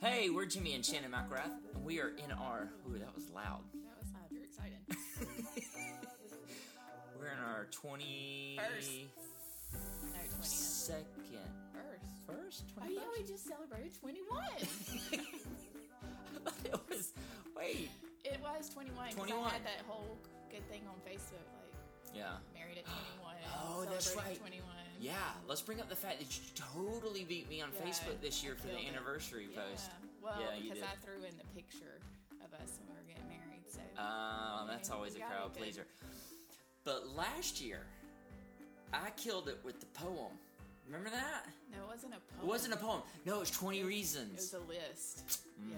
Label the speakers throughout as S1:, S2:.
S1: Hey, we're Jimmy and Shannon McGrath, and we are in our. Ooh, that was loud.
S2: That was loud. You're excited.
S1: We're in our 20.
S2: no, 20th.
S1: Second.
S2: First.
S1: First? 21st?
S2: Oh, yeah, we just celebrated 21.
S1: it was. Wait.
S2: it was 21. 'cause I
S1: 21.
S2: had that whole good thing on Facebook, like
S1: Yeah.
S2: married at 21.
S1: Oh, that's
S2: celebrated
S1: right.
S2: at 21.
S1: Yeah, let's bring up the fact that you totally beat me on
S2: Yeah,
S1: Facebook this year
S2: I
S1: for the
S2: killed it.
S1: anniversary
S2: Yeah.
S1: post.
S2: Well,
S1: yeah, you
S2: because
S1: did.
S2: I threw in the picture of us when we were getting married. So
S1: Um, that's always a
S2: Yeah,
S1: crowd
S2: okay.
S1: pleaser. But last year, I killed it with the poem. Remember that?
S2: no, it wasn't a poem.
S1: It wasn't a poem. No, it was 20
S2: Oh. It
S1: reasons.
S2: was a list. Yeah.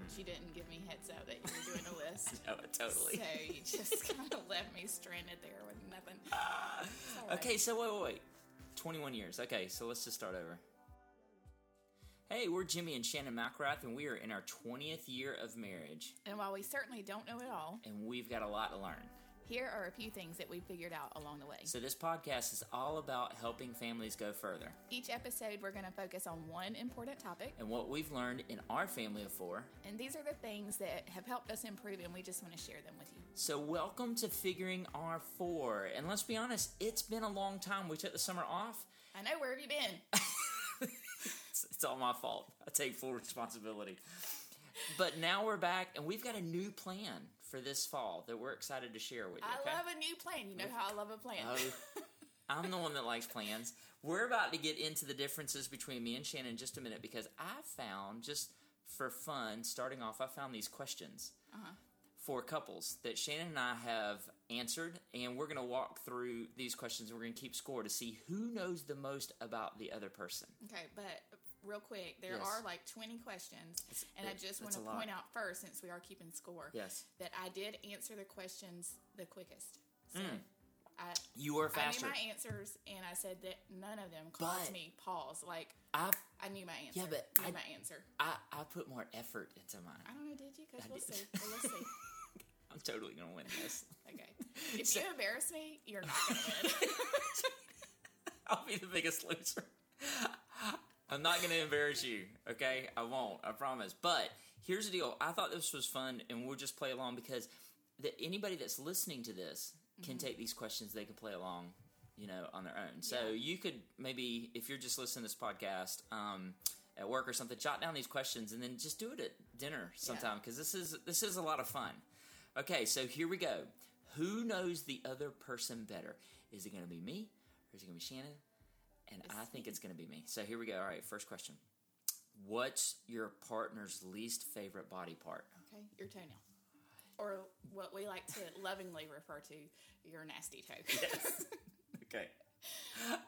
S2: But you didn't give me heads up that you were doing a list.
S1: No, Oh, totally.
S2: So you just kind of left me stranded there with nothing. It's all right.
S1: Okay, so wait, wait, wait. 21 years. Okay, so let's just start over. Hey, we're Jimmy and Shannon McRath, and we are in our 20th year of marriage,
S2: And while we certainly don't know it all,
S1: and we've got a lot to learn.
S2: here are a few things that we figured out along the way.
S1: So, this podcast is all about helping families go further
S2: Each episode, we're going to focus on one important topic,
S1: and what we've learned in our family of four.
S2: and these are the things that have helped us improve, and we just want to share them with you.
S1: So, welcome to Figuring Our Four. And let's be honest, it's been a long time. We took the summer off.
S2: I know, where have you been?
S1: It's, it's all my fault. I take full responsibility. But now we're back, and we've got a new plan for this fall that we're excited to share with you.
S2: I
S1: okay?
S2: love a new plan. You know how I love a plan.
S1: Oh, I'm the one that likes plans. We're about to get into the differences between me and Shannon in just a minute because I found, just for fun, starting off, I found these questions
S2: Uh-huh.
S1: for couples that Shannon and I have answered, and we're going to walk through these questions and we're going to keep score to see who knows the most about the other person.
S2: Okay, but real quick, there
S1: Yes.
S2: are like 20 questions, and I
S1: it-
S2: just want
S1: that's
S2: to
S1: a lot.
S2: point out first, since we are keeping score,
S1: Yes.
S2: that I did answer the questions the quickest. So I,
S1: You were
S2: I knew
S1: Mm, faster.
S2: my answers, and I said that none of them caused
S1: But-
S2: me pause. Like
S1: I,
S2: I knew my answer.
S1: Yeah, but
S2: knew
S1: I-
S2: my answer.
S1: I, I put more effort into mine.
S2: I don't know. Did you? Because we'll
S1: did.
S2: see. Well, let's see.
S1: I'm totally going to win this.
S2: Okay. If you embarrass me, you're not gonna win.
S1: I'll be the biggest loser. I'm not going to embarrass you, okay? I won't, I promise. But here's the deal I thought this was fun, and we'll just play along because the, anybody that's listening to this can take these questions, they can play along, you know, on their own. So
S2: Yeah.
S1: you could maybe, if you're just listening to this podcast, um, at work or something, jot down these questions and then just do it at dinner sometime because this is this is a lot of fun. Okay, so here we go. Who knows the other person better? Is it going to be me or is it going to be Shannon? And I think it's going to be me. So here we go. All right, first question. What's your partner's least favorite body part?
S2: Okay, your toenail. Or what we like to lovingly refer to, your nasty toe.
S1: Okay.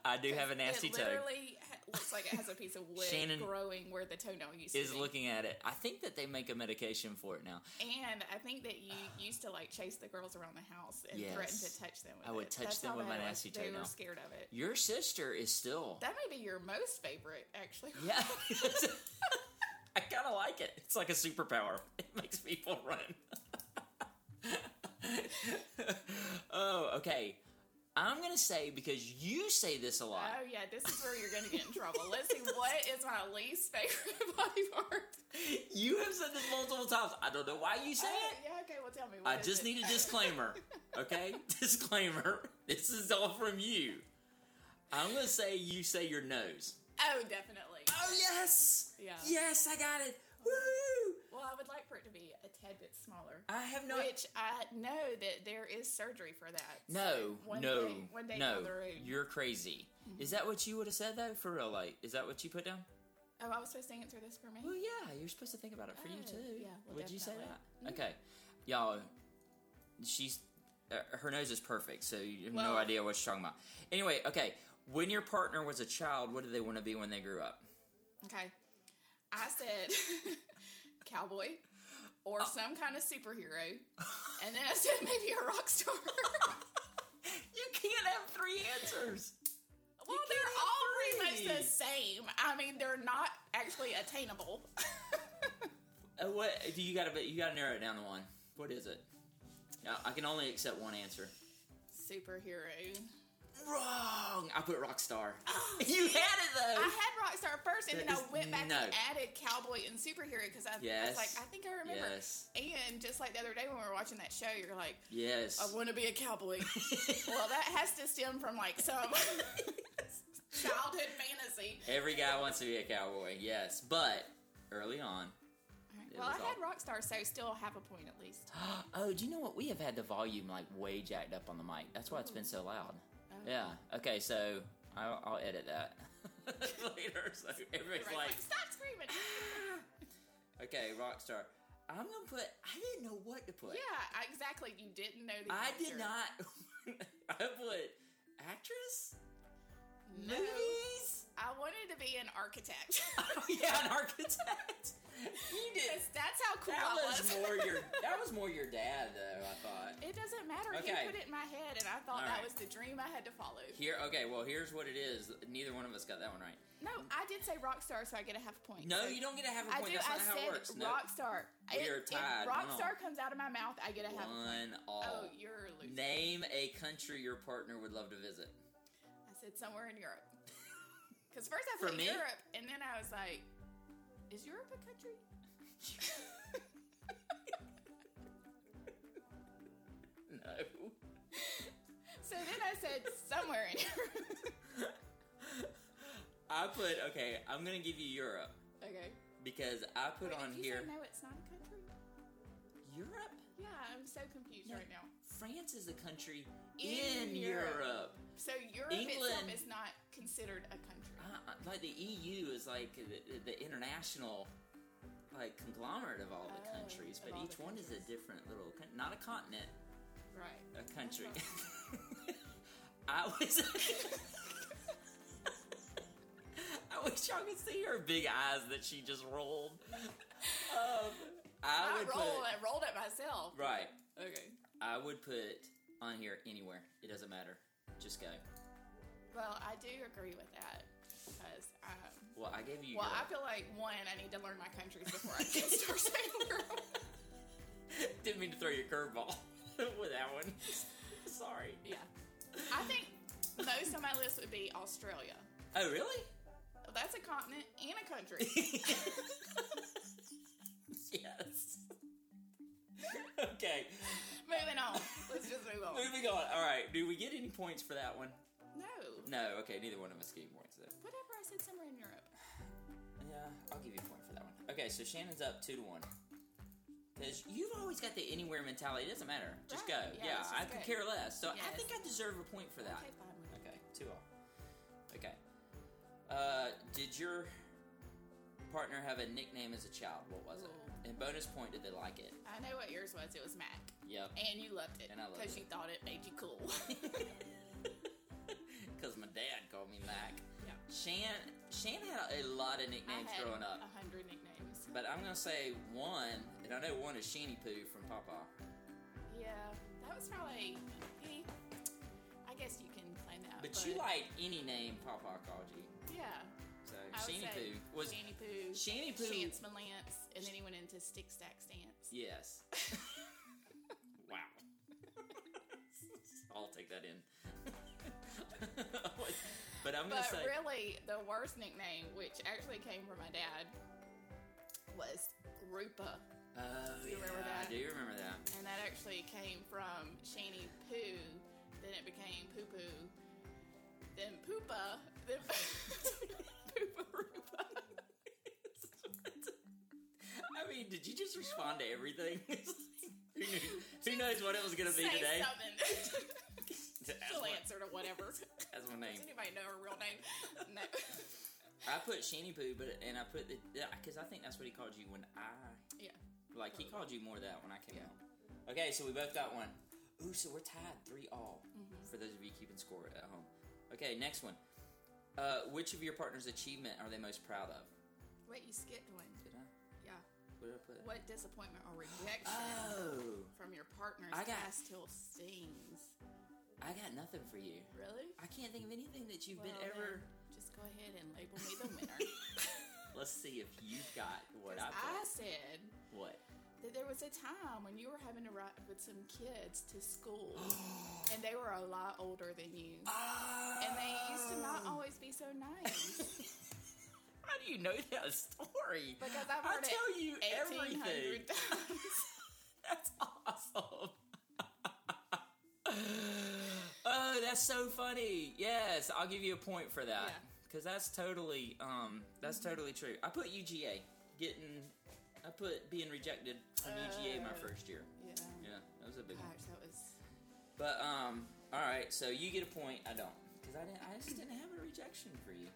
S1: I do have a nasty
S2: it
S1: toe.
S2: literally ha- looks like it has a piece of wood
S1: Shannon
S2: growing where the toenail used
S1: Is
S2: to be.
S1: looking at it. I think that they make a medication for it now.
S2: and I think that you used to like chase the girls around the house and
S1: Yes.
S2: threaten to touch them. With
S1: I would
S2: it.
S1: touch
S2: That's
S1: them
S2: how
S1: with my
S2: bad it was.
S1: nasty
S2: They
S1: toenail.
S2: were scared of it.
S1: Your sister is still.
S2: That may be your most favorite, actually.
S1: Yeah. I kind of like it. It's like a superpower. It makes people run. oh, okay. I'm going to say because you say this a lot.
S2: Oh yeah, this is where you're going to get in trouble. Let's see, what is my least favorite body part?
S1: You have said this multiple times. I don't know why you say
S2: Uh,
S1: it.
S2: yeah, okay. Well, tell me. What
S1: I
S2: is
S1: just
S2: it?
S1: need a disclaimer. Okay? disclaimer. This is all from you. I'm going to say you say your nose.
S2: Oh, definitely.
S1: Oh, yes.
S2: Yeah.
S1: Yes, I got it. Woo!
S2: Well, I would like for it to be a tad bit smaller.
S1: I have no
S2: which I know that there is surgery for that. So
S1: No,
S2: one
S1: no,
S2: day, one day
S1: no.
S2: down the road. Mm-hmm.
S1: You're crazy. Is that what you would have said though? For real, like, is that what you put down?
S2: oh, I was supposed to answer this for me.
S1: Well, yeah, you're supposed to think about it for you
S2: Oh,
S1: too.
S2: yeah, well,
S1: would you say that?
S2: definitely.
S1: Okay, y'all. She's uh, her nose is perfect, so you have no
S2: Well-
S1: idea what she's talking about. Anyway, okay. When your partner was a child, what did they want to be when they grew up?
S2: Okay, I said cowboy or
S1: Uh.
S2: some kind of superhero, and then I said maybe a rock star.
S1: You can't have three answers.
S2: well,
S1: can't
S2: they're all
S1: agree.
S2: pretty much the same. I mean, they're not actually attainable.
S1: Uh, what do you got to? You got to narrow it down to one. What is it? Now, I can only accept one answer.
S2: superhero.
S1: Wrong. I put rock star. you had it though.
S2: Oh, I had Rockstar first first, and
S1: That
S2: then I
S1: is-
S2: went back
S1: no.
S2: and added cowboy and superhero because I, I
S1: Yes.
S2: was like, I think I remember.
S1: Yes.
S2: And just like the other day when we were watching that show, you're like,
S1: Yes.
S2: I want to be a cowboy. well, that has to stem from like some childhood fantasy.
S1: Every guy wants to be a cowboy. Yes, but early on. It
S2: well, I
S1: was
S2: had Rockstar, so still have a point at least.
S1: Oh, do you know what? We have had the volume like way jacked up on the mic. That's why it's been so loud.
S2: Oh.
S1: Yeah. Okay. So I'll, I'll edit that later. So everybody's
S2: Everybody's
S1: like,
S2: like, stop screaming.
S1: okay, Rockstar. I'm gonna put. I didn't know what to put.
S2: yeah, I- exactly. You didn't know the
S1: I did
S2: answer.
S1: not. I put actress.
S2: No.
S1: Movies.
S2: I wanted to be an architect.
S1: Oh yeah, an architect. You did.
S2: 'Cause that's how cool
S1: That
S2: I was.
S1: was more your. That was more your dad though. I thought.
S2: It doesn't matter.
S1: Okay.
S2: He put it in my head, and I thought
S1: All
S2: that
S1: right.
S2: was the dream I had to follow.
S1: Here, okay, well, here's what it is. Neither one of us got that one right.
S2: No, I did say Rockstar, so I get a half point.
S1: No,
S2: So-
S1: you don't get to have a
S2: I
S1: point.
S2: do.
S1: That's
S2: I
S1: not how it works.
S2: said
S1: No.
S2: Rockstar.
S1: We are tied.
S2: If
S1: One all.
S2: Rockstar comes out of my mouth, I get a half.
S1: One all.
S2: Oh, you're a loser.
S1: Name a country your partner would love to visit.
S2: I said somewhere in Europe. Because first I
S1: For
S2: put
S1: me?
S2: Europe, and then I was like, "Is Europe a country?"
S1: No.
S2: So then I said somewhere in Europe.
S1: I put, okay, I'm going to give you Europe
S2: okay.
S1: because I put
S2: Wait,
S1: on
S2: if you
S1: here
S2: Say no, it's not a country.
S1: Europe?
S2: Yeah, I'm so confused
S1: No.
S2: right now.
S1: France is a country in,
S2: In
S1: Europe.
S2: Europe. So Europe
S1: England-
S2: itself is not considered a country.
S1: Uh, uh, like the EU is like the, the international like conglomerate of all the
S2: Oh,
S1: countries, but
S2: of all
S1: each
S2: the
S1: one is a
S2: countries.
S1: different little, con- not a continent,
S2: right.
S1: a country.
S2: That's
S1: I was. I wish y'all could see her big eyes that she just rolled. Um, I,
S2: I,
S1: would
S2: rolled.
S1: put
S2: I rolled at myself.
S1: right.
S2: Okay.
S1: I would put on here anywhere. It doesn't matter. Just go.
S2: Well, I do agree with that because. Um,
S1: Well, I gave you.
S2: Well,
S1: your-
S2: I feel like one, I need to learn my countries before I can start saying world.
S1: Didn't mean to throw your curveball with that one. Sorry.
S2: Yeah, I think most of my list would be Australia.
S1: Oh, really?
S2: That's a continent and a country.
S1: yes. okay.
S2: Moving on. Let's just move on.
S1: Moving on. All right. Do we get any points for that one?
S2: No,
S1: No. Okay. Neither one of us gave points. Though.
S2: whatever I said somewhere in Europe.
S1: Yeah, I'll give you a point for that one. Okay, so Shannon's up two to one. Because you've always got the anywhere mentality. It doesn't matter. Just
S2: Right,
S1: go. Yeah,
S2: yeah, let's
S1: I
S2: just
S1: could
S2: go.
S1: care less. So I
S2: Yes.
S1: think I deserve a point for that.
S2: Okay, fine. whatever.
S1: Okay, two all. Okay. Uh, did your partner have a nickname as a child? What was
S2: Ooh.
S1: it? And bonus point, did they like it?
S2: I know what yours was. It was Mac,
S1: Yep.
S2: and you loved it
S1: And I loved
S2: because
S1: it.
S2: you thought it made you cool.
S1: Because my dad called me Mac.
S2: Yeah.
S1: Shan, Shan had a lot of
S2: I
S1: nicknames
S2: had
S1: growing up.
S2: a hundred nicknames.
S1: But I'm gonna say one, and I know one is Sheeny Poo from Papa.
S2: Yeah, that was probably. eh, I guess you can claim that.
S1: But you liked any name Papa called you,
S2: Yeah.
S1: so
S2: I would
S1: Sheeny
S2: say
S1: Poo was
S2: Shanny Poo,
S1: Sheeny Poo.
S2: Chance Malance, and then he went into Stick Stack Stance.
S1: Yes. wow. I'll take that in. but I'm gonna
S2: But
S1: say
S2: really, the worst nickname, which actually came from my dad, was Rupa.
S1: Oh
S2: you remember
S1: yeah, I
S2: that?
S1: do remember that.
S2: And that actually came from Shanny Poo. Then it became Poo Poo. Then Poopa. Then Poopa Rupa.
S1: I mean, did you just respond to everything? who, knew, who knows what it was gonna be
S2: Say
S1: today?
S2: something.
S1: That's
S2: She'll
S1: my,
S2: answer to whatever.
S1: that's my name.
S2: Does anybody know her real name? No.
S1: I put Sheeny Poo, but and I put the because I think that's what he called you when I
S2: Yeah.
S1: Like he called you more that when I came out. Okay, so we both got one. Ooh, so we're tied three all.
S2: Mm-hmm.
S1: For those of you keeping score at home. Okay, next one. Uh, which of your partner's achievement are they most proud of?
S2: Wait, you skipped one.
S1: Did I?
S2: Yeah.
S1: What did I put?
S2: What disappointment or rejection
S1: Oh,
S2: from your partner's
S1: I got-
S2: past till stings?
S1: I got nothing for you.
S2: Really?
S1: I can't think of anything that you've
S2: Well,
S1: been ever.
S2: then, Just go ahead and label me the winner.
S1: Let's see if you've got what
S2: 'Cause
S1: I put.
S2: I said
S1: What?
S2: that there was a time when you were having to ride with some kids to school, and they were a lot older
S1: Oh.
S2: than you, and they used to not always be so nice.
S1: How do you know that story.
S2: Because I've
S1: I
S2: heard it
S1: tell you
S2: eighteen
S1: everything.
S2: hundred times.
S1: That's awesome. oh, that's so funny. Yes, I'll give you a point for that
S2: Yeah. Mm-hmm.
S1: because that's totally um that's totally true. I put UGA getting I put being rejected from UGA my
S2: Uh.
S1: first year.
S2: Yeah.
S1: Yeah, that was a big one.
S2: Gosh, that was.
S1: But um, all right, so you get a point. I don't because I didn't. I just didn't have a rejection for you.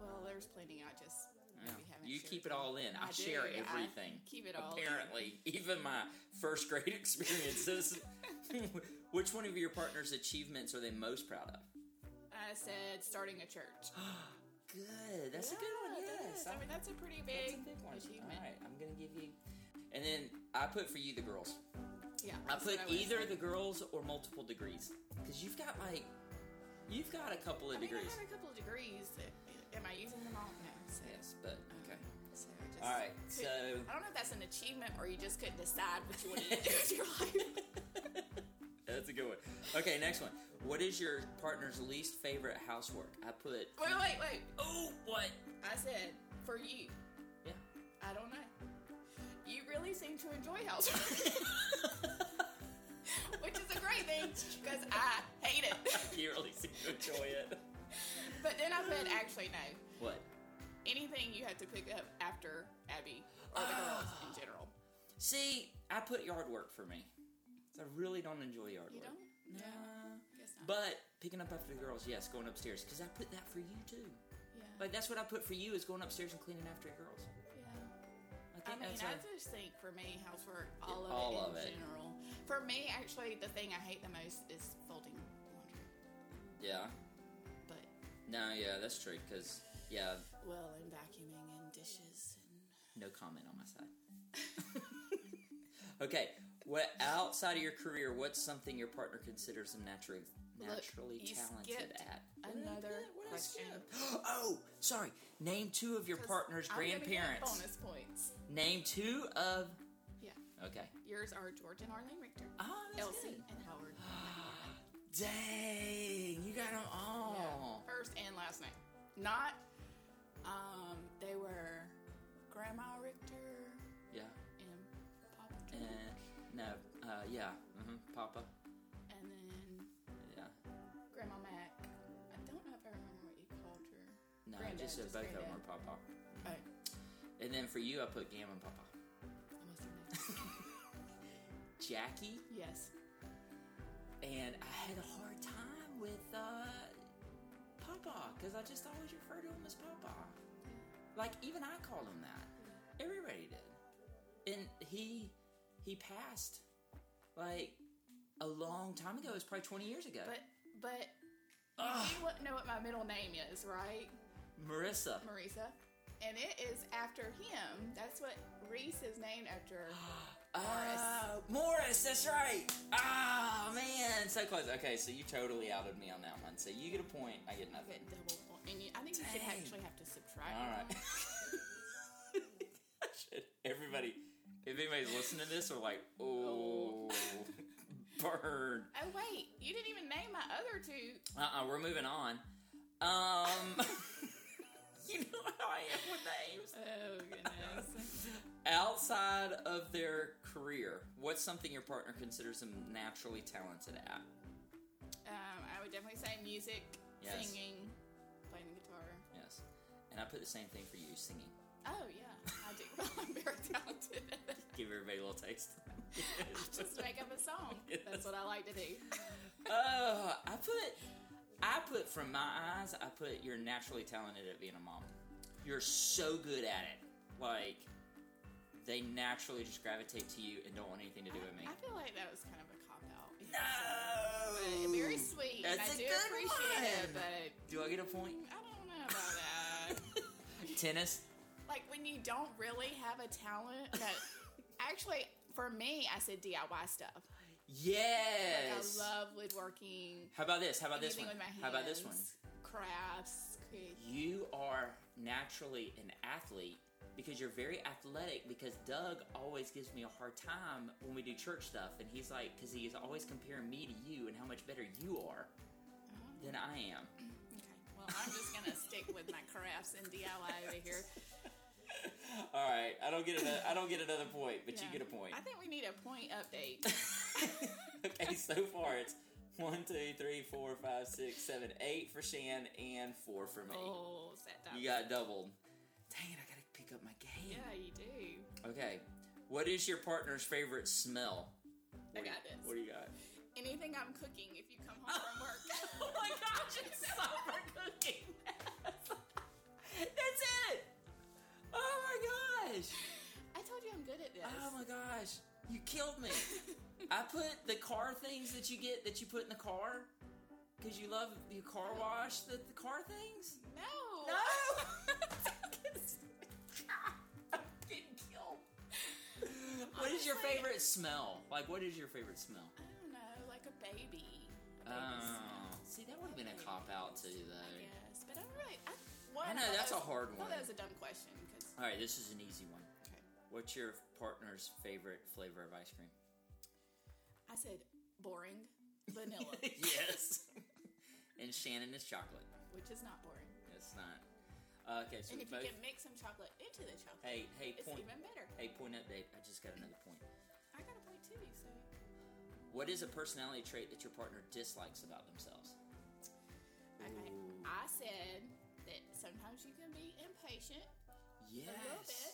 S2: Well, there's plenty. I just
S1: Yeah.
S2: maybe haven't.
S1: You
S2: shared
S1: keep it all in. I,
S2: I do,
S1: share
S2: I
S1: everything.
S2: Keep it all. in.
S1: Apparently, even my first grade experiences. Which one of your partner's achievements are they most proud of?
S2: I said starting a church.
S1: Good. That's a good one.
S2: Yeah, that
S1: Yes.
S2: is. I mean, that's a pretty
S1: that's a
S2: big.
S1: big one.
S2: achievement.
S1: All right, I'm gonna give you. And then I put for you the girls.
S2: Yeah.
S1: I
S2: that's
S1: put
S2: what would've
S1: either
S2: said.
S1: the girls or multiple degrees because you've got like you've got a couple of
S2: I mean,
S1: degrees.
S2: I have a couple of degrees. Am I using them all? No. So,
S1: yes, but
S2: um,
S1: okay.
S2: So I just,
S1: All right, so
S2: I don't know if that's an achievement or you just couldn't decide what you wanted to do with your life.
S1: That's a good one. Okay, next one. What is your partner's least favorite housework? I put.
S2: Wait, wait, wait.
S1: Oh, what?
S2: I said for you.
S1: Yeah.
S2: I don't know. You really seem to enjoy housework, which is a great thing because I hate it.
S1: you really seem to enjoy it.
S2: But then I said, actually, no.
S1: What?
S2: Anything you have to pick up after Abby or the girls in general.
S1: See, I put yard work for me. So I really don't enjoy yard
S2: You
S1: work.
S2: don't?
S1: Nah.
S2: Guess not.
S1: But picking up after the girls, yes, going upstairs because I put that for you too.
S2: yeah.
S1: Like that's what I put for you is going upstairs and cleaning after the girls.
S2: yeah.
S1: I
S2: I
S1: think
S2: mean,
S1: that's
S2: I
S1: a-
S2: just think for me, housework, all of
S1: all
S2: it
S1: of it.
S2: in general. For me, actually, the thing I hate the most is folding laundry.
S1: yeah.
S2: But
S1: No, yeah, that's true. Because yeah,
S2: well, and vacuuming and dishes and
S1: No comment on my side. okay. What outside of your career, what's something your partner considers them naturally
S2: Look,
S1: naturally
S2: you
S1: talented
S2: skipped
S1: at? What
S2: another
S1: did I- what did I
S2: question.
S1: skip? Oh, sorry. Name two of your
S2: 'Cause
S1: partner's
S2: I'm gonna get
S1: grandparents.
S2: Bonus points.
S1: Name two of.
S2: Yeah.
S1: Okay.
S2: Yours are George and Arlene Richter,
S1: Oh, that's
S2: Elsie
S1: good.
S2: and Howard.
S1: Dang, you got them all.
S2: First and last name. Not. Um, they were Grandma Richter
S1: Yeah.
S2: and Papa,
S1: And
S2: Richter,
S1: no. Uh, yeah. hmm Papa.
S2: and then
S1: Yeah.
S2: Grandma Mac. I don't know if I remember what you called her.
S1: No,
S2: Granddad,
S1: just said
S2: just
S1: both of them
S2: granddad.
S1: are Papa.
S2: Oh,
S1: And then for you, I put Gam and Papa.
S2: what's her name?
S1: Jackie
S2: yes.
S1: and I had a hard time with uh, Papa because I just always refer to him as Papa. Like even I called him that. Everybody did, and he he passed like a long time ago. It was probably twenty years ago. Ah,
S2: But but
S1: Ugh,
S2: you wouldn't know what my middle name is, right,
S1: Marissa.
S2: Marisa? And it is after him. That's what Reese is named after.
S1: Ah, Morris, that's right. Ah, man, so close. Okay, so you totally outed me on that one. So you get a point, I get nothing.
S2: Get double point. And you, I think you should
S1: Dang.
S2: actually have to subtract.
S1: All right.
S2: them.
S1: Shit, Everybody, if anybody's listening to this, we're like, oh, bird.
S2: Oh wait, you didn't even name my other two.
S1: Uh uh-uh, uh, we are moving on. Um, you know how I am with names.
S2: Oh goodness.
S1: Outside of their career, what's something your partner considers them naturally talented at?
S2: um, I would definitely say music,
S1: Yes.
S2: singing, playing the guitar.
S1: Yes. And I put the same thing for you singing.
S2: Oh yeah, I do. I'm very talented. at that.
S1: Give everybody a little taste.
S2: Just make up a song.
S1: Yes.
S2: That's what I like to do.
S1: Oh, I put, I put from my eyes, I put you're naturally talented at being a mom. You're so good at it. Like, they naturally just gravitate to you and don't want anything to do with me.
S2: I feel like that was kind of a cop out.
S1: No!
S2: Very sweet. and
S1: That's
S2: I
S1: a
S2: do
S1: good
S2: appreciate it,
S1: one.
S2: but
S1: Do I get a point?
S2: I don't know about that.
S1: Tennis?
S2: like when you don't really have a talent that actually for me I said DIY stuff. Like I
S1: Yes!
S2: love woodworking.
S1: How about this? How about this
S2: Anything
S1: one?
S2: with my hands.
S1: How about this one?
S2: Crafts. create-
S1: You are naturally an athlete because you're very athletic. Because Doug always gives me a hard time when we do church stuff, and he's like, because he is always comparing me to you and how much better you are
S2: Oh,
S1: than I am.
S2: okay. Well I'm just gonna stick with my crafts and DIY over here.
S1: All right, I don't get another, I don't get another point, but you
S2: Yeah.
S1: get a point.
S2: I think we need a point update.
S1: okay, so far it's one, two, three, four, five, six, seven, eight for Shan and four for me.
S2: oh, set down.
S1: You got doubled. Dang it! I gotta pick up my game.
S2: yeah, you do.
S1: Okay, what is your partner's favorite smell?
S2: I
S1: What do you-
S2: got this.
S1: What do you got?
S2: Anything I'm cooking, if you come home from work.
S1: oh my gosh, it's summer cooking. That's it. Oh my gosh.
S2: I told you I'm good at this.
S1: Oh my gosh. You killed me. I put the car things that you get that you put in the car because you love you car wash the, the car things.
S2: no.
S1: I'm getting killed. What is your
S2: Honestly-
S1: favorite smell? Like, what is your favorite smell?
S2: I don't know, like a baby. A baby
S1: Oh,
S2: smells.
S1: see, that would have been a cop out too, though.
S2: Yes, but I'm really. I, one,
S1: I know,
S2: thought
S1: that's
S2: that
S1: a hard
S2: I
S1: one.
S2: thought that was a dumb question because
S1: All right, this is an easy one.
S2: Okay.
S1: What's your partner's favorite flavor of ice cream?
S2: I said boring vanilla,
S1: yes. and Shannon is chocolate.
S2: which is not boring.
S1: It's not. Uh, okay, so
S2: And
S1: we
S2: if you
S1: both.
S2: can mix some chocolate into the chocolate,
S1: Hey, hey,
S2: it's
S1: point.
S2: even better.
S1: Hey, point update. I just got another point.
S2: I got a point too, so
S1: What is a personality trait that your partner dislikes about themselves?
S2: okay.
S1: Ooh.
S2: I said that sometimes you can be impatient
S1: Yes.
S2: a little bit,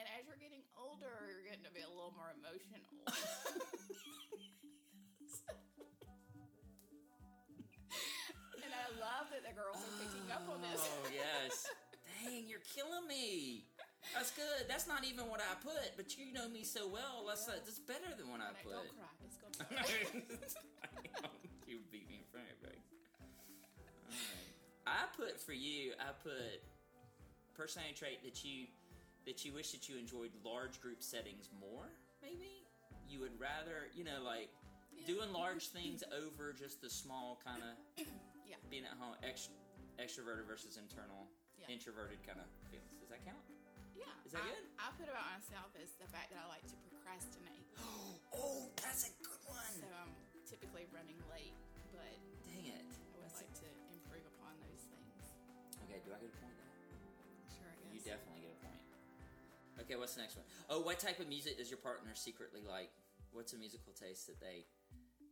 S2: and as you're getting older, you're getting to be a little more emotional. and I love that the girls are picking up on this.
S1: Oh yes. Dang, you're killing me. That's good. That's not even what I put, but you know me so well. That's that's better than what I
S2: All right,
S1: put.
S2: don't cry. It's gonna be
S1: I
S2: all right.
S1: know. you beat me in front of everybody. Alright. I put for you. I put personality trait that you that you wish that you enjoyed large group settings more. Maybe you would rather you know like
S2: Yeah.
S1: doing large things over just the small kind of
S2: Yeah.
S1: being at home ext- extroverted versus internal
S2: Yeah.
S1: introverted kind of feelings. Does that count?
S2: Yeah.
S1: Is that
S2: I,
S1: good?
S2: I put about myself is the fact that I like to procrastinate.
S1: oh, that's a good
S2: So I'm typically running late, but
S1: Dang it.
S2: I would like to improve upon those things.
S1: Okay, do I get a point now?
S2: Sure, I
S1: You
S2: guess.
S1: definitely get a point. Okay, what's the next one? Oh, what type of music does your partner secretly like? What's a musical taste that they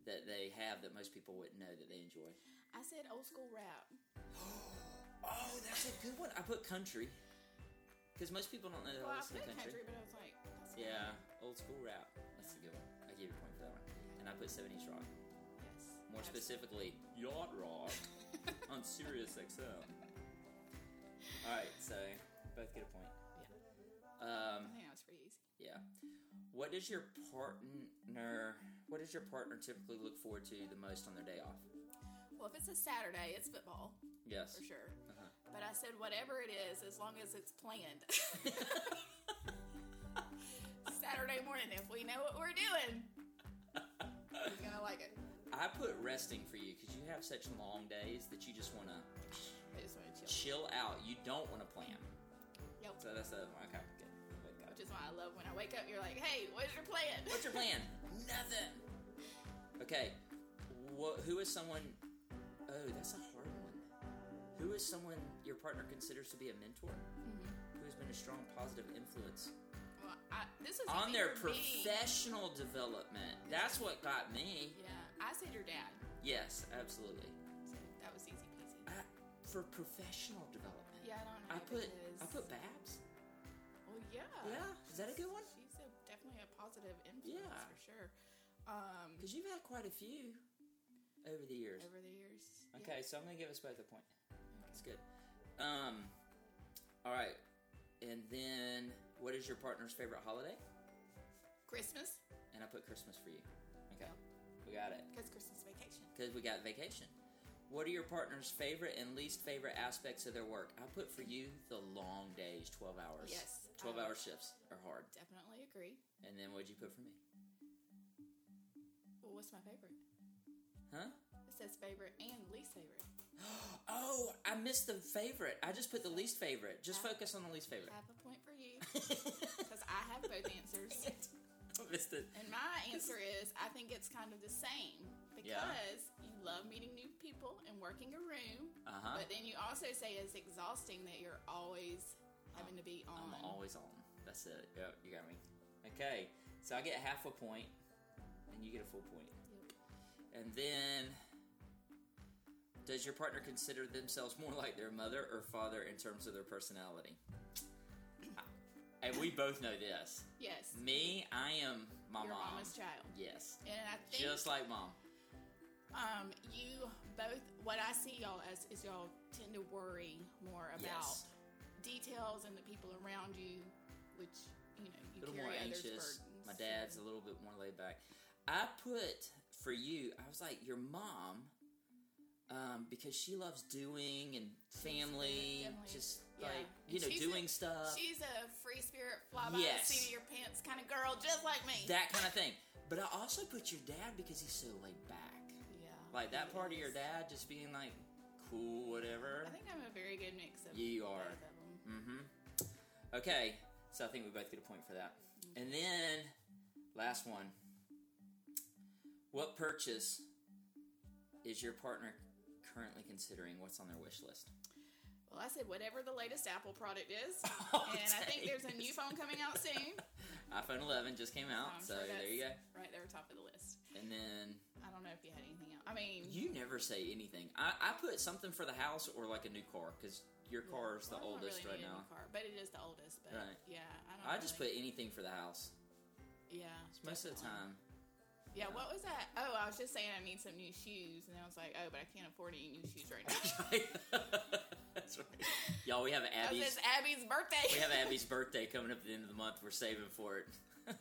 S1: that they have that most people wouldn't know that they enjoy?
S2: I said old school rap.
S1: Oh, that's a good one. I put country because most people don't know that
S2: Well,
S1: I
S2: I
S1: listen
S2: put
S1: to country.
S2: country, but I was like, that's
S1: Yeah, old school rap. That's a good one. I give you a point for that one. And I put '70s rock.
S2: fine. Yes.
S1: More
S2: That's-
S1: specifically, yacht rock on Sirius XM. All right, so both get a point. Um,
S2: I think that was pretty easy.
S1: Yeah. What does your partner? What does your partner typically look forward to the most on their day off?
S2: Well, if it's a Saturday, it's football
S1: Yes.
S2: for sure.
S1: Uh-huh.
S2: But I said whatever it is, as long as it's planned. Saturday morning, if we know what we're doing, he's gonna like it.
S1: I put resting for you because you have such long days that you just want to
S2: I just want to
S1: chill
S2: chill.
S1: out. You don't want to plan.
S2: Yep.
S1: So that's the other one. Okay. Good. Got
S2: Which
S1: it.
S2: is why I love when I wake up, you're like, hey, what's your plan?
S1: What's your plan? Nothing. Okay. What? Who is someone? Oh, that's a hard one. Who is someone your partner considers to be a mentor? Who has been a strong positive influence
S2: Mm-hmm. Well, I, this is
S1: on
S2: easy
S1: their
S2: for me.
S1: professional development. That's what got me.
S2: Yeah, I said your dad.
S1: Yes, absolutely.
S2: So that was easy peasy.
S1: I, for professional development,
S2: Yeah, I don't know.
S1: I put
S2: because-
S1: I put Babs.
S2: Well, yeah.
S1: yeah, is that a good one?
S2: She's a, definitely a positive influence
S1: Yeah.
S2: for sure. Um,
S1: Because you've had quite a few over the years.
S2: over the years. yeah.
S1: Okay, so I'm gonna give us both a point. That's good. Um, all right, and then what is your partner's favorite holiday?
S2: Christmas,
S1: And I put Christmas for you. Okay,
S2: Yep.
S1: we got it.
S2: because Christmas vacation.
S1: because we got vacation. What are your partner's favorite and least favorite aspects of their work? I put for you the long days, 12 hours.
S2: Yes, Um,
S1: 12
S2: I
S1: hour shifts are hard.
S2: Definitely agree.
S1: And then what'd you put for me?
S2: Well, what's my favorite?
S1: Huh?
S2: It says favorite and least favorite.
S1: Oh, I missed the favorite. I just put the least favorite. Just
S2: Yeah. Uh-huh.
S1: focus on the least favorite.
S2: I have a point for you because I have both answers.
S1: missed it.
S2: And my answer is I think it's kind of the same because
S1: Yeah.
S2: you love meeting new people and working a room,
S1: Uh huh.
S2: but then you also say it's exhausting that you're always having to be on.
S1: I'm always on. That's it. Yep, you got me. Okay, so I get half a point, and you get a full point. And then, does your partner consider themselves more like their mother or father in terms of their personality? and we both know this.
S2: yes,
S1: Me, I am my
S2: your
S1: mom.
S2: mama's child.
S1: Yes,
S2: And I think
S1: just like mom.
S2: um, you both, what I see y'all as is y'all tend to worry more about
S1: Yes,
S2: details and the people around you, which you know
S1: a
S2: you
S1: little
S2: carry
S1: more
S2: others'
S1: anxious.
S2: burdens.
S1: My dad's a little bit more laid back. I put for you. I was like your mom, um, because she loves doing and family,
S2: definitely-
S1: just
S2: yeah.
S1: like
S2: And
S1: you know,
S2: she's a-
S1: doing stuff.
S2: She's a free spirit, fly by
S1: Yes.
S2: the seat of your pants kind of girl, just like me.
S1: that kind of thing. But I also put your dad because he's so laid back.
S2: yeah,
S1: Like that
S2: he
S1: part of your
S2: is.
S1: dad just being like, cool, whatever.
S2: I think I'm a very good mix of
S1: You
S2: both
S1: are.
S2: of them.
S1: Mm-hmm. Okay, so I think we both get a point for that.
S2: Mm-hmm.
S1: And then, last one. What purchase is your partner currently considering? What's on their wish list?
S2: Well, I said whatever the latest Apple product is,
S1: I'll
S2: and I think
S1: take
S2: there's a
S1: this.
S2: new phone coming out soon.
S1: iPhone 11 just came out,
S2: I'm
S1: so
S2: sure
S1: there you go.
S2: Right there, top of the list.
S1: And then
S2: I don't know if you had anything else. I mean,
S1: you never say anything. I, I put something for the house or like a new car because your car is the
S2: well, I don't
S1: oldest
S2: really
S1: right
S2: need a new
S1: now.
S2: car, but it is the oldest. But
S1: Right.
S2: yeah, I don't.
S1: I just
S2: really-
S1: put anything for the house.
S2: yeah.
S1: Most of the
S2: definitely.
S1: time,
S2: Yeah,
S1: Yeah.
S2: what was that? Oh, I was just saying I need some new shoes, and I was like, oh, but I can't afford any new shoes right now.
S1: That's right. Y'all, we have
S2: Because
S1: Abby's.
S2: it's Abby's birthday.
S1: We have Abby's birthday coming up at the end of the month. We're saving for it.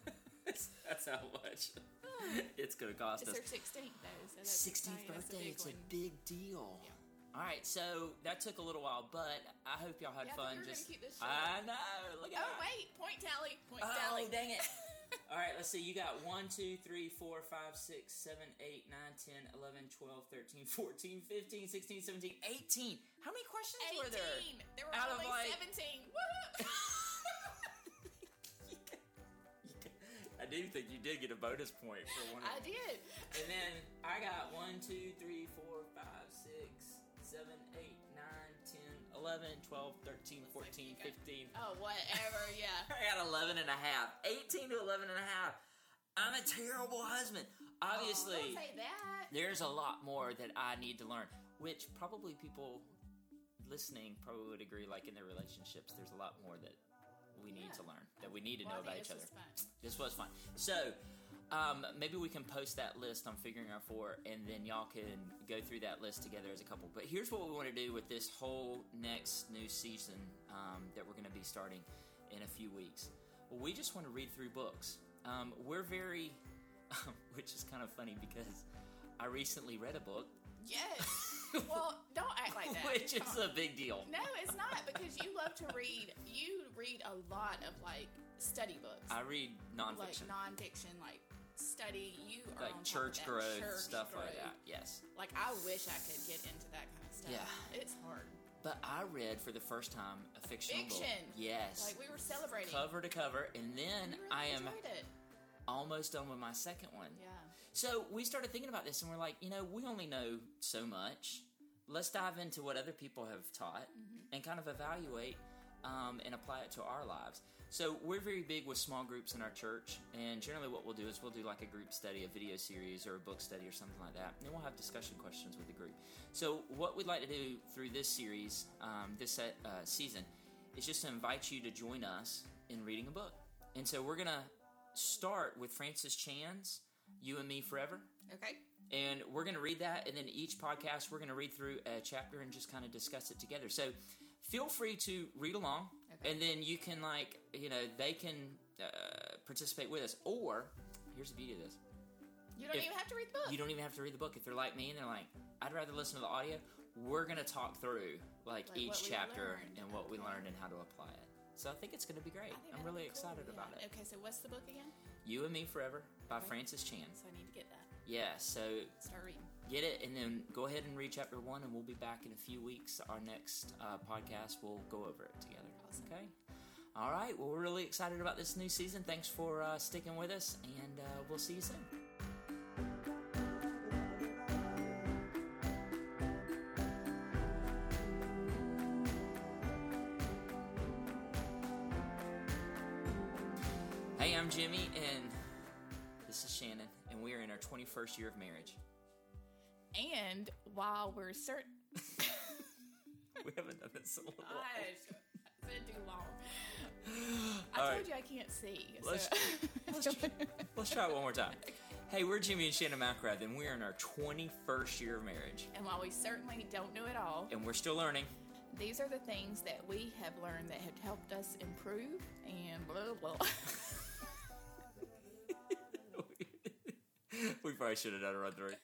S1: That's- That's how much
S2: Hmm.
S1: it's going to cost
S2: It's
S1: us.
S2: Oh, her 16th, though. So that's
S1: 16th
S2: exciting.
S1: birthday. it's
S2: That's a big
S1: a big deal.
S2: Yeah.
S1: All right, so that took a little while, but I hope y'all had
S2: Yeah, I
S1: fun.
S2: think we were
S1: Just
S2: gonna keep this
S1: I
S2: short.
S1: know. Look at
S2: Oh,
S1: that.
S2: wait. Point tally. Point tally.
S1: Oh, dang it. All right, let's see. You got 1, 2, 3, 4, 5, 6, 7, 8, 9, 10, 11, 12, 13, 14, 15, 16, 17, 18. How many questions were there?
S2: 18. There were
S1: Out of,
S2: only
S1: like-
S2: 17. Woohoo!
S1: I do think you did get a bonus point for one of
S2: I
S1: them.
S2: did.
S1: And then I got 1, 2, 3, 4, 5, 6, 7, 8, 9, 10, 11, 12, 13,
S2: Looks like
S1: 14,
S2: you got-
S1: 15.
S2: Oh, whatever. Yeah.
S1: I got 11 and a half. 18 to 11 and a half. I'm a terrible husband. Obviously.
S2: Oh, don't say that.
S1: there's a lot more that I need to learn, which probably people listening probably would agree. Like in their relationships, there's a lot more that we need
S2: Yeah.
S1: to learn, that we need to
S2: Well,
S1: know
S2: I
S1: about
S2: think
S1: each other.
S2: this was fun.
S1: This was fun. So um, maybe we can post that list on figuring out four, and then y'all can go through that list together as a couple. But here's what we want to do with this whole next new season um, that we're going to be starting in a few weeks. We just want to read through books. Um, we're very, which is kind of funny because I recently read a book,
S2: Yes. well, don't act like that.
S1: which is
S2: Come on.
S1: a big deal.
S2: No, it's not because you love to read. You read a lot of like study books,
S1: I read
S2: like
S1: nonfiction,
S2: nonfiction, like study. You are on top
S1: like
S2: of
S1: church
S2: that.
S1: growth,
S2: Church
S1: stuff like
S2: growth.
S1: that. Yes.
S2: Like I wish I could get into that kind of stuff.
S1: Yeah.
S2: it's hard.
S1: But I read for the first time a fictional book.
S2: Fiction.
S1: Yes.
S2: Like we were celebrating.
S1: cover to cover, and then
S2: You really
S1: I am
S2: enjoyed it.
S1: almost done with my second one.
S2: Yeah,
S1: So we started thinking about this, and we're like, you know, we only know so much. Let's dive into what other people have taught and kind of evaluate um, and apply it to our lives. So we're very big with small groups in our church, and generally what we'll do is we'll do like a group study, a video series, or a book study, or something like that. And then we'll have discussion questions with the group. So what we'd like to do through this series, um, this uh, season, is just to invite you to join us in reading a book. And so we're gonna start with Francis Chan's "You and Me Forever."
S2: okay.
S1: and we're going to read that and then each podcast we're going to read through a chapter and just kind of discuss it together so feel free to read along
S2: Okay.
S1: and then you can like you know they can uh, participate with us or here's the beauty of this
S2: You don't
S1: If-
S2: even have to read the book.
S1: you don't even have to read the book if they're like me and they're like i'd rather listen to the audio we're going to talk through like,
S2: Like what
S1: each
S2: we
S1: chapter
S2: learned.
S1: and what we
S2: Okay.
S1: learned and how to apply it so i think it's going to be great
S2: I think
S1: i'm
S2: that'd
S1: really
S2: be cool,
S1: excited
S2: yeah.
S1: about it
S2: Okay, so what's the book again?
S1: you and me forever by
S2: Okay.
S1: francis chan
S2: So I need to get that.
S1: yeah so
S2: Start reading.
S1: get it and then go ahead and read chapter one and we'll be back in a few weeks our next uh, podcast we'll go over it together
S2: Awesome.
S1: okay All right. Well, we're really excited about this new season. Thanks for uh, sticking with us, and uh, we'll see you soon. Hey, I'm Jimmy, and this is Shannon, and we are in our 21st year of marriage.
S2: And while we're certain,
S1: We haven't done this in a little while.
S2: I said too long. I
S1: All
S2: told
S1: right.
S2: you I can't see. so-
S1: Let's- Let's try it one more time. Hey, we're Jimmy and Shannon McRath, and we are in our 21st year of marriage,
S2: and while we certainly don't know it all,
S1: and we're still learning.
S2: these are the things that we have learned that have helped us improve and blah blah.
S1: we probably should have done a run through.